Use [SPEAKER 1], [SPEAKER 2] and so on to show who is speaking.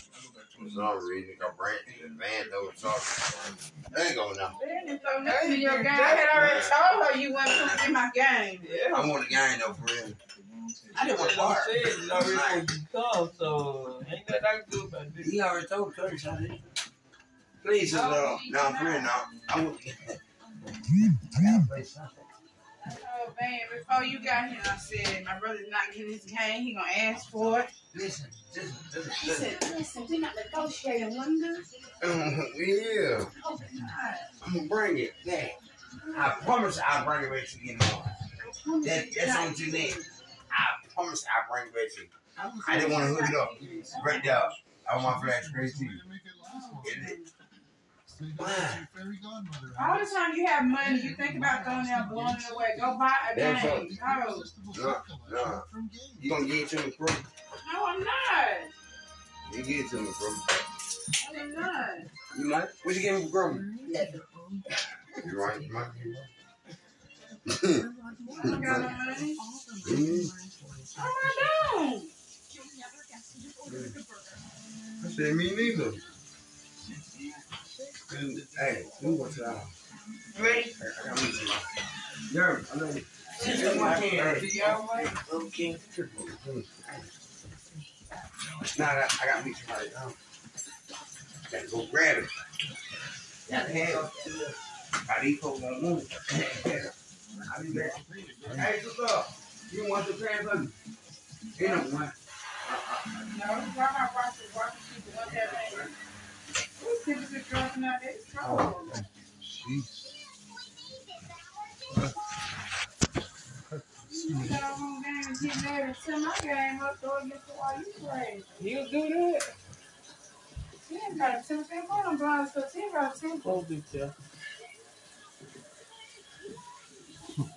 [SPEAKER 1] for some reason, because Brandon advanced over something. They ain't gonna know.
[SPEAKER 2] Brandon so next to your game. I
[SPEAKER 3] That-
[SPEAKER 2] had already told her you wasn't putting in my game.
[SPEAKER 1] I want the game though for real. I didn't want to
[SPEAKER 3] I'm
[SPEAKER 1] bar.
[SPEAKER 3] saying, you already supposed to come, so ain't nothing I can do about this.
[SPEAKER 1] He already told Curtis I did. Please, just let him. No, for real, no. I want the game. Gotta play something.
[SPEAKER 2] Oh man, before you got here, I said my brother's not getting his game. He gonna ask for it.
[SPEAKER 1] Listen, listen, listen,
[SPEAKER 4] He
[SPEAKER 1] listen.
[SPEAKER 4] said, listen, we're not negotiating, wonder.
[SPEAKER 1] yeah,
[SPEAKER 4] Oh, God.
[SPEAKER 1] I'm gonna bring it. Dang. I promise I'll bring it back to you tomorrow. That, that's on Jeanette. I promise I'll bring it back to you. I didn't want to hook it up. Right there. I want my flash crazy to you.
[SPEAKER 2] All the time you have money, you think about going out, blowing it away. Go buy a
[SPEAKER 1] That's
[SPEAKER 2] game. No,
[SPEAKER 1] No, no. You gonna get it to me, bro?
[SPEAKER 2] no, I'm not.
[SPEAKER 1] You get it to me, bro.
[SPEAKER 2] I'm not.
[SPEAKER 1] You might. What you give me for growing? You right, you might.
[SPEAKER 2] I don't got no money. Oh, I don't.
[SPEAKER 1] I said me neither. Hey, who was that?
[SPEAKER 3] Ready?
[SPEAKER 1] I got me some. Yeah, I know.
[SPEAKER 3] Just one hand. Do y'all like?
[SPEAKER 1] Okay. Nah, I, I got me somebody. Um, gotta go grab it. Gotta have it. Why these folks don't want it? I'll be back. Hey, what's up? You want the pants on? Ain't no one.
[SPEAKER 2] No, why my watch is watching people want that money? Who's typically dropping out this trouble? You got your own game and get mad and set my game up, so it gets to why you play.
[SPEAKER 3] You do that?
[SPEAKER 2] Ten by ten, they want them blind, so ten by ten.
[SPEAKER 3] Hold it, y'all.